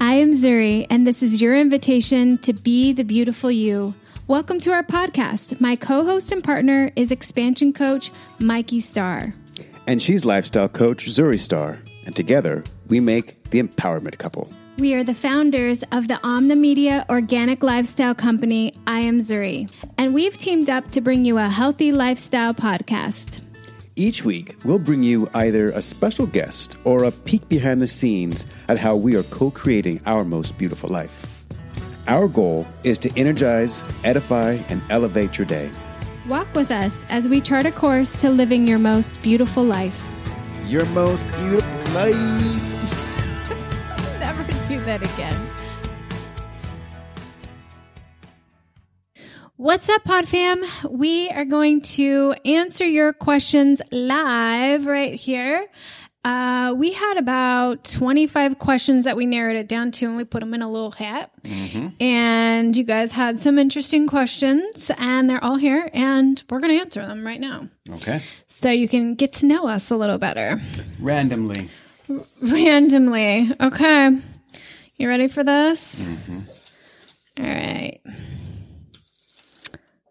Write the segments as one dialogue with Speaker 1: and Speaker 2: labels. Speaker 1: am Zuri, and this is your invitation to be the beautiful you. Welcome to our podcast. My co host and partner is expansion coach Mikey Starr.
Speaker 2: And she's lifestyle coach Zuri Star. And together, we make the empowerment couple.
Speaker 1: We are the founders of the Omnimedia organic lifestyle company, I Am Zuri, and we've teamed up to bring you a healthy lifestyle podcast.
Speaker 2: Each week, we'll bring you either a special guest or a peek behind the scenes at how we are co creating our most beautiful life. Our goal is to energize, edify, and elevate your day.
Speaker 1: Walk with us as we chart a course to living your most beautiful life.
Speaker 2: Your most beautiful life.
Speaker 1: Never do that again. What's up, Pod Fam? We are going to answer your questions live right here. Uh, we had about 25 questions that we narrowed it down to, and we put them in a little hat. And you guys had some interesting questions, and they're all here, and we're going to answer them right now.
Speaker 2: Okay.
Speaker 1: So you can get to know us a little better
Speaker 2: Randomly.
Speaker 1: randomly. Okay. You ready for this? All right.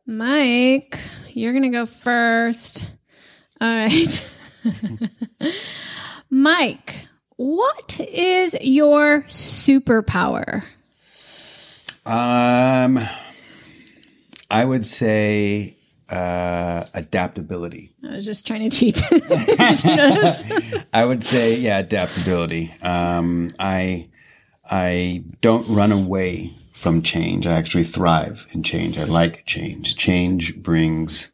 Speaker 1: Mike, you're going to go first. All right. Mike, what is your superpower?
Speaker 2: Um, I would say uh, adaptability.
Speaker 1: I was just trying to cheat. Did you notice?
Speaker 2: I would say, yeah, adaptability. Um, I I don't run away from change. I actually thrive in change. I like change. Change brings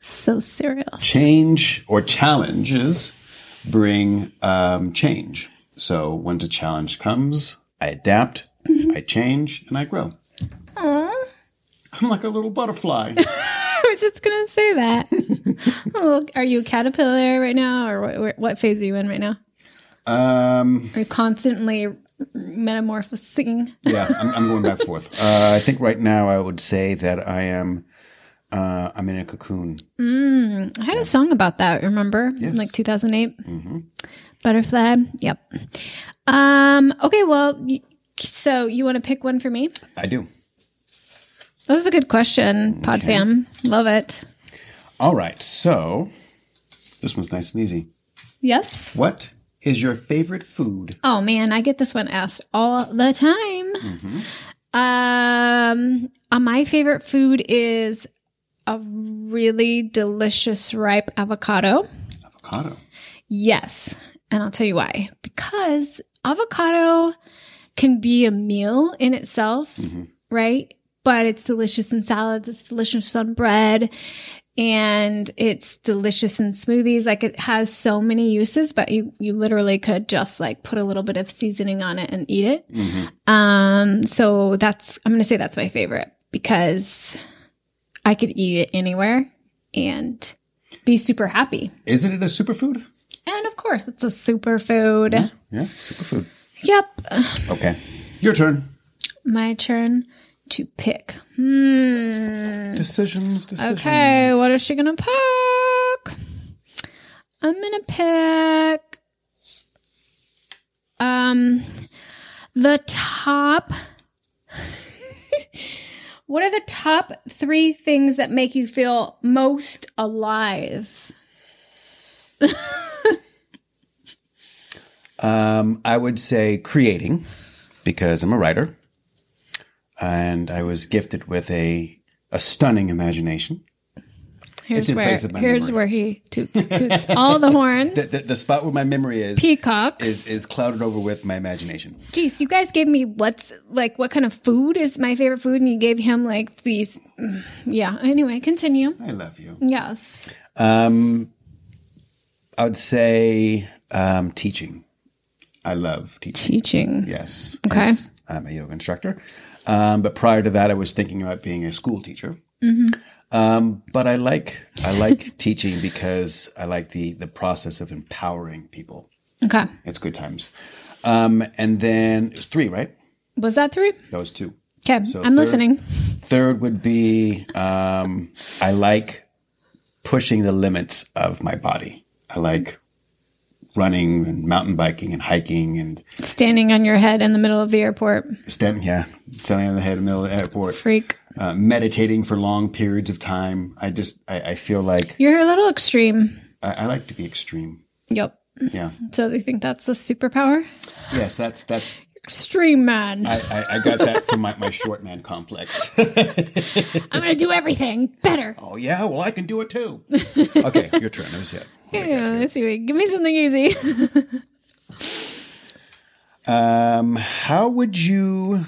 Speaker 1: so serious.
Speaker 2: change or challenges bring um, change. So once a challenge comes, I adapt, I change, and I grow.
Speaker 1: Aw.
Speaker 2: I'm like a little butterfly.
Speaker 1: I was just gonna say that. oh, are you a caterpillar right now, or what- what, what phase are you in right now?
Speaker 2: um,
Speaker 1: Are you constantly metamorphosing?
Speaker 2: yeah, I'm, I'm going back forth. Uh, I think right now I would say that I am. Uh, I'm in a cocoon.
Speaker 1: I had a song about that. Remember, In, like 2008, butterfly. Yep. Um. Okay. Well, y- so you want to pick one for me?
Speaker 2: I do.
Speaker 1: That was a good question, Pod fam. Love it.
Speaker 2: All right, so this one's nice and easy.
Speaker 1: Yes.
Speaker 2: What is your favorite food?
Speaker 1: Oh man, I get this one asked all the time.
Speaker 2: Mm-hmm.
Speaker 1: Um, uh, my favorite food is a really delicious ripe avocado.
Speaker 2: Avocado.
Speaker 1: Yes, and I'll tell you why. Because avocado can be a meal in itself, right? But it's delicious in salads, it's delicious on bread, and it's delicious in smoothies. Like it has so many uses, but you you literally could just like put a little bit of seasoning on it and eat it. Um, so that's I'm gonna say that's my favorite because I could eat it anywhere and be super happy.
Speaker 2: Isn't it a superfood?
Speaker 1: And of course, it's a superfood.
Speaker 2: Yeah, superfood.
Speaker 1: Yep.
Speaker 2: Okay, your turn.
Speaker 1: My turn to pick. Hmm.
Speaker 2: Decisions, decisions.
Speaker 1: Okay, what is she going to pick? I'm going to pick um the top What are the top 3 things that make you feel most alive?
Speaker 2: Um, I would say creating because I'm a writer, and I was gifted with a a stunning imagination.
Speaker 1: Here's
Speaker 2: in
Speaker 1: where
Speaker 2: place of my
Speaker 1: here's
Speaker 2: memory.
Speaker 1: where he toots, toots all the horns.
Speaker 2: The, the, the spot where my memory is
Speaker 1: Peacocks.
Speaker 2: is is clouded over with my imagination.
Speaker 1: Jeez, you guys gave me what's like what kind of food is my favorite food, and you gave him like these. mm, Yeah. Anyway, continue.
Speaker 2: I love you.
Speaker 1: Yes.
Speaker 2: Um, I would say um, teaching. I love teaching.
Speaker 1: Teaching.
Speaker 2: Yes.
Speaker 1: Okay.
Speaker 2: Yes. I'm a yoga instructor. Um, but prior to that, I was thinking about being a school teacher. Um, but I like I like teaching because I like the the process of empowering people.
Speaker 1: Okay.
Speaker 2: It's good times. Um, and then it was three, right?
Speaker 1: Was that three?
Speaker 2: That was two.
Speaker 1: Okay.
Speaker 2: So
Speaker 1: I'm
Speaker 2: third-
Speaker 1: listening.
Speaker 2: Third would be um, I like pushing the limits of my body. I like running and mountain biking and hiking and
Speaker 1: Standing on your head in the middle of the airport.
Speaker 2: standing, yeah, standing on the head in the middle of the airport,
Speaker 1: Freak.
Speaker 2: uh, meditating for long periods of time. I just, I, I feel like
Speaker 1: You're a little extreme.
Speaker 2: I, I like to be extreme.
Speaker 1: Yep.
Speaker 2: Yeah.
Speaker 1: So they think that's a superpower?
Speaker 2: Yes, that's, that's,
Speaker 1: Extreme man. I,
Speaker 2: I, I, I got that from my, my short man complex.
Speaker 1: am going to do everything better.
Speaker 2: oh, yeah, well, I can do it too. okay, your turn. That was it.
Speaker 1: Yeah, let's see. Give me something easy.
Speaker 2: Um, how would you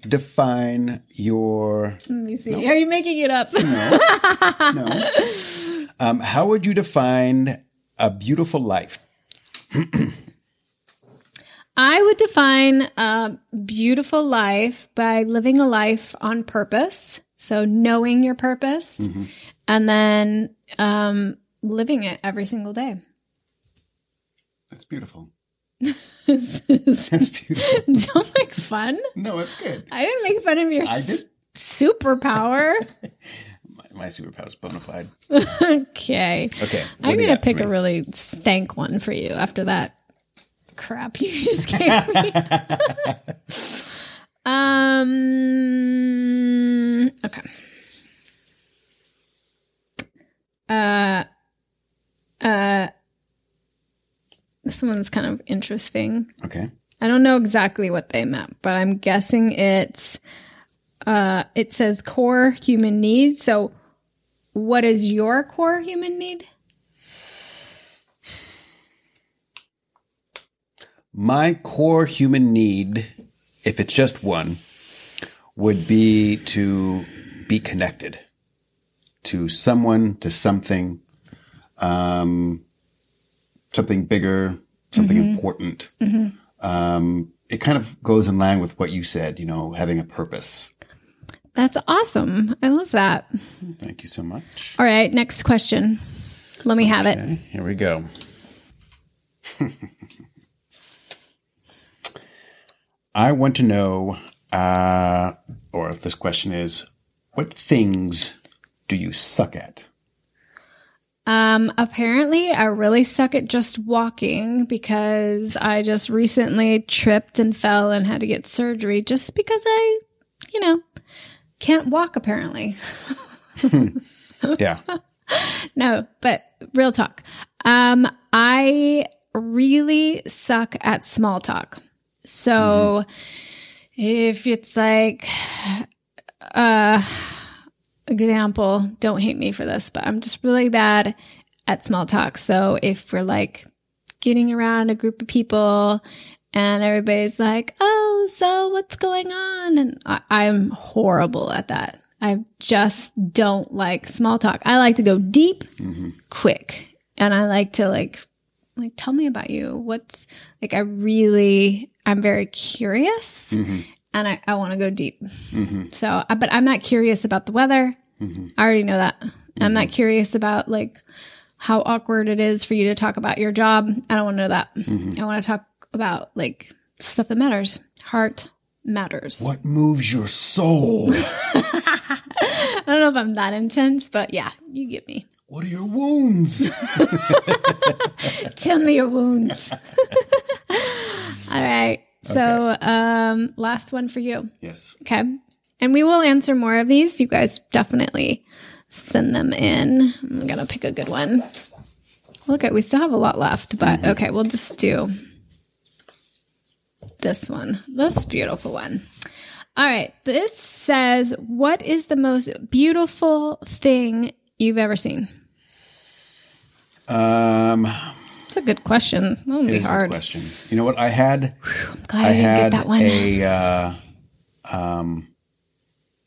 Speaker 2: define your
Speaker 1: Let me see. Are you making it up?
Speaker 2: no? Um, how would you define a beautiful life?
Speaker 1: I would define a beautiful life by living a life on purpose. So knowing your purpose
Speaker 2: Mm-hmm.
Speaker 1: and then um, living it every single day.
Speaker 2: That's beautiful.
Speaker 1: Don't
Speaker 2: That's beautiful.
Speaker 1: make fun.
Speaker 2: No, it's good.
Speaker 1: I didn't make fun of your
Speaker 2: I
Speaker 1: s-
Speaker 2: did.
Speaker 1: superpower.
Speaker 2: My, my superpower is bona fide.
Speaker 1: okay.
Speaker 2: Okay,
Speaker 1: I'm going to pick a really stank one for you after that crap you just gave me. um, okay. Uh, uh, this one's kind of interesting.
Speaker 2: a okay.
Speaker 1: I don't know exactly what they meant, but I'm guessing it's uh it says core human need. So what is your core human need?
Speaker 2: My core human need, if it's just one, would be to be connected to someone, to something, um, something bigger, something important. Um, it kind of goes in line with what you said, you know, having a purpose.
Speaker 1: That's awesome. I love that.
Speaker 2: Thank you so much.
Speaker 1: All right, next question. Let me have it.
Speaker 2: Okay, here we go. I want to know, uh, or this question is, what things do you suck at?
Speaker 1: Um apparently I really suck at just walking because I just recently tripped and fell and had to get surgery just because I, you know, can't walk apparently.
Speaker 2: Yeah.
Speaker 1: No, but real talk. Um, I really suck at small talk. So if it's like, uh, example, don't hate me for this, but I'm just really bad at small talk. So if we're like getting around a group of people and everybody's like, oh, so what's going on? And I- I'm horrible at that. I just don't like small talk. I like to go deep,
Speaker 2: Mm-hmm.
Speaker 1: quick. And I like to like, like, tell me about you. What's like, I really, I'm very curious and I, I want to go deep.
Speaker 2: Mm-hmm.
Speaker 1: So, I- but I'm not curious about the weather. I already know that. I'm not curious about like how awkward it is for you to talk about your job. I don't want to know that. I want to talk about like stuff that matters. Heart matters.
Speaker 2: What moves your soul?
Speaker 1: I don't know if I'm that intense, but yeah, you get me.
Speaker 2: What are your wounds?
Speaker 1: Tell me your wounds. All right. So, um, last one for you.
Speaker 2: yes.
Speaker 1: Okay. And we will answer more of these. You guys definitely send them in. I'm going to pick a good one. Look at, we still have a lot left, but
Speaker 2: Mm-hmm.
Speaker 1: okay, we'll just do this one. This beautiful one. All right. This says, What is the most beautiful thing you've ever seen?
Speaker 2: Um,
Speaker 1: It's a good question. That'll
Speaker 2: it
Speaker 1: be
Speaker 2: is a good
Speaker 1: hard.
Speaker 2: question. You know what? I had.
Speaker 1: I'm glad I,
Speaker 2: I
Speaker 1: didn't get
Speaker 2: had
Speaker 1: that one.
Speaker 2: a uh, um,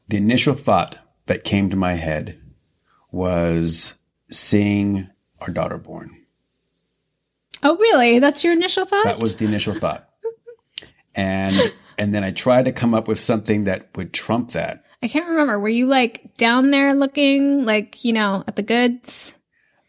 Speaker 2: the initial thought that came to my head was seeing our daughter born.
Speaker 1: oh, really? That's your initial thought?
Speaker 2: That was the initial thought, and and then I tried to come up with something that would trump that.
Speaker 1: I can't remember. Were you like down there looking like, you know, at the goods,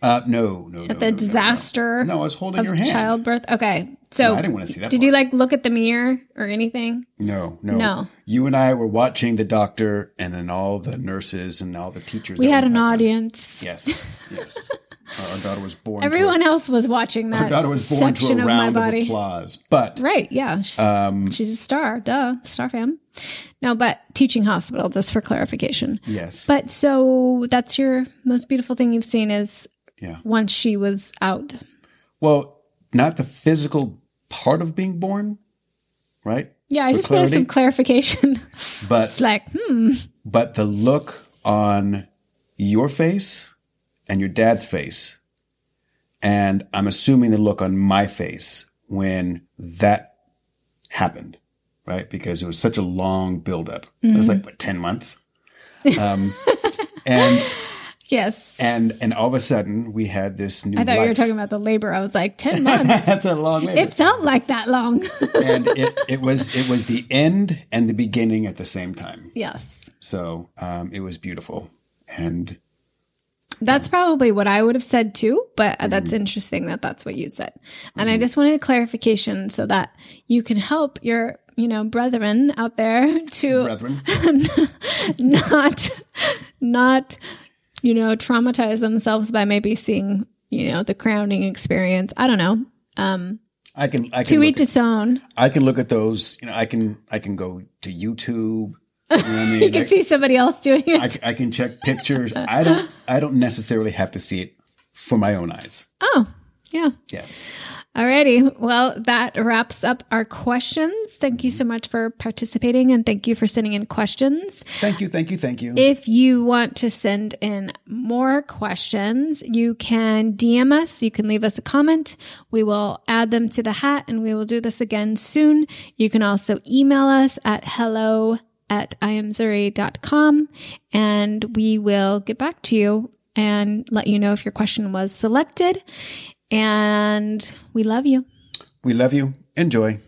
Speaker 2: Uh, no, no, no,
Speaker 1: the
Speaker 2: no, no,
Speaker 1: disaster
Speaker 2: No, no, I was holding
Speaker 1: of
Speaker 2: your hand.
Speaker 1: childbirth? Okay. So
Speaker 2: No, I didn't wanna see that
Speaker 1: Did you like look at the mirror or anything?
Speaker 2: No, no,
Speaker 1: No.
Speaker 2: You and I were watching the doctor, and then all the nurses and all the teachers.
Speaker 1: We
Speaker 2: that
Speaker 1: had an
Speaker 2: had-
Speaker 1: audience.
Speaker 2: Yes, yes. Our daughter was born. to a-
Speaker 1: Everyone else was watching that
Speaker 2: our daughter was born to
Speaker 1: Uh, section
Speaker 2: a
Speaker 1: of my
Speaker 2: round of,
Speaker 1: body.
Speaker 2: applause. Um, But
Speaker 1: Right. Yeah. She's, she's a star. Duh. Star fam. No, but teaching hospital, just for clarification.
Speaker 2: yes,
Speaker 1: But so that's your most beautiful thing you've seen is
Speaker 2: yeah.
Speaker 1: once she was out.
Speaker 2: Well, not the physical part of being born, right?
Speaker 1: Yeah. I
Speaker 2: For Uh,
Speaker 1: just wanted some clarification.
Speaker 2: But
Speaker 1: it's like, hmm.
Speaker 2: but the look on your face and your dad's face, and I'm assuming the look on my face when that happened, right? Because it was such a long buildup. It
Speaker 1: Mm-hmm.
Speaker 2: was like what, ten months, um, and
Speaker 1: Yes.
Speaker 2: and and all of a sudden we had this new.
Speaker 1: I thought you were
Speaker 2: life.
Speaker 1: talking about the labor. I was like, 10 months.
Speaker 2: That's a long labor.
Speaker 1: it felt like that long.
Speaker 2: and it, it was it was the end and the beginning at the same time.
Speaker 1: yes.
Speaker 2: So um, it was beautiful. And
Speaker 1: That's probably what I would have said too, but
Speaker 2: Mm-hmm.
Speaker 1: uh that's interesting that that's what you said. And I just wanted clarification so that you can help your, you know, brethren out there to
Speaker 2: brethren,
Speaker 1: not, not, you know, traumatize themselves by maybe seeing, you know, the crowning experience. I don't know. Um,
Speaker 2: I can I can
Speaker 1: To
Speaker 2: look
Speaker 1: each
Speaker 2: at,
Speaker 1: its own.
Speaker 2: I can look at those. You know, I can I can go to YouTube. You know what I mean?
Speaker 1: You can see somebody else doing it.
Speaker 2: I, I can check pictures. I don't I don't necessarily have to see it for my own eyes.
Speaker 1: oh, yeah.
Speaker 2: Yes.
Speaker 1: Alrighty. Well, that wraps up our questions. Thank you so much for participating and thank you for sending in questions.
Speaker 2: Thank you. Thank you. Thank you.
Speaker 1: If you want to send in more questions, you can DM us. You can leave us a comment. We will add them to the hat and we will do this again soon. You can also email us at hello at iamzuri.com and we will get back to you and let you know if your question was selected. And we love you.
Speaker 2: we love you. Enjoy.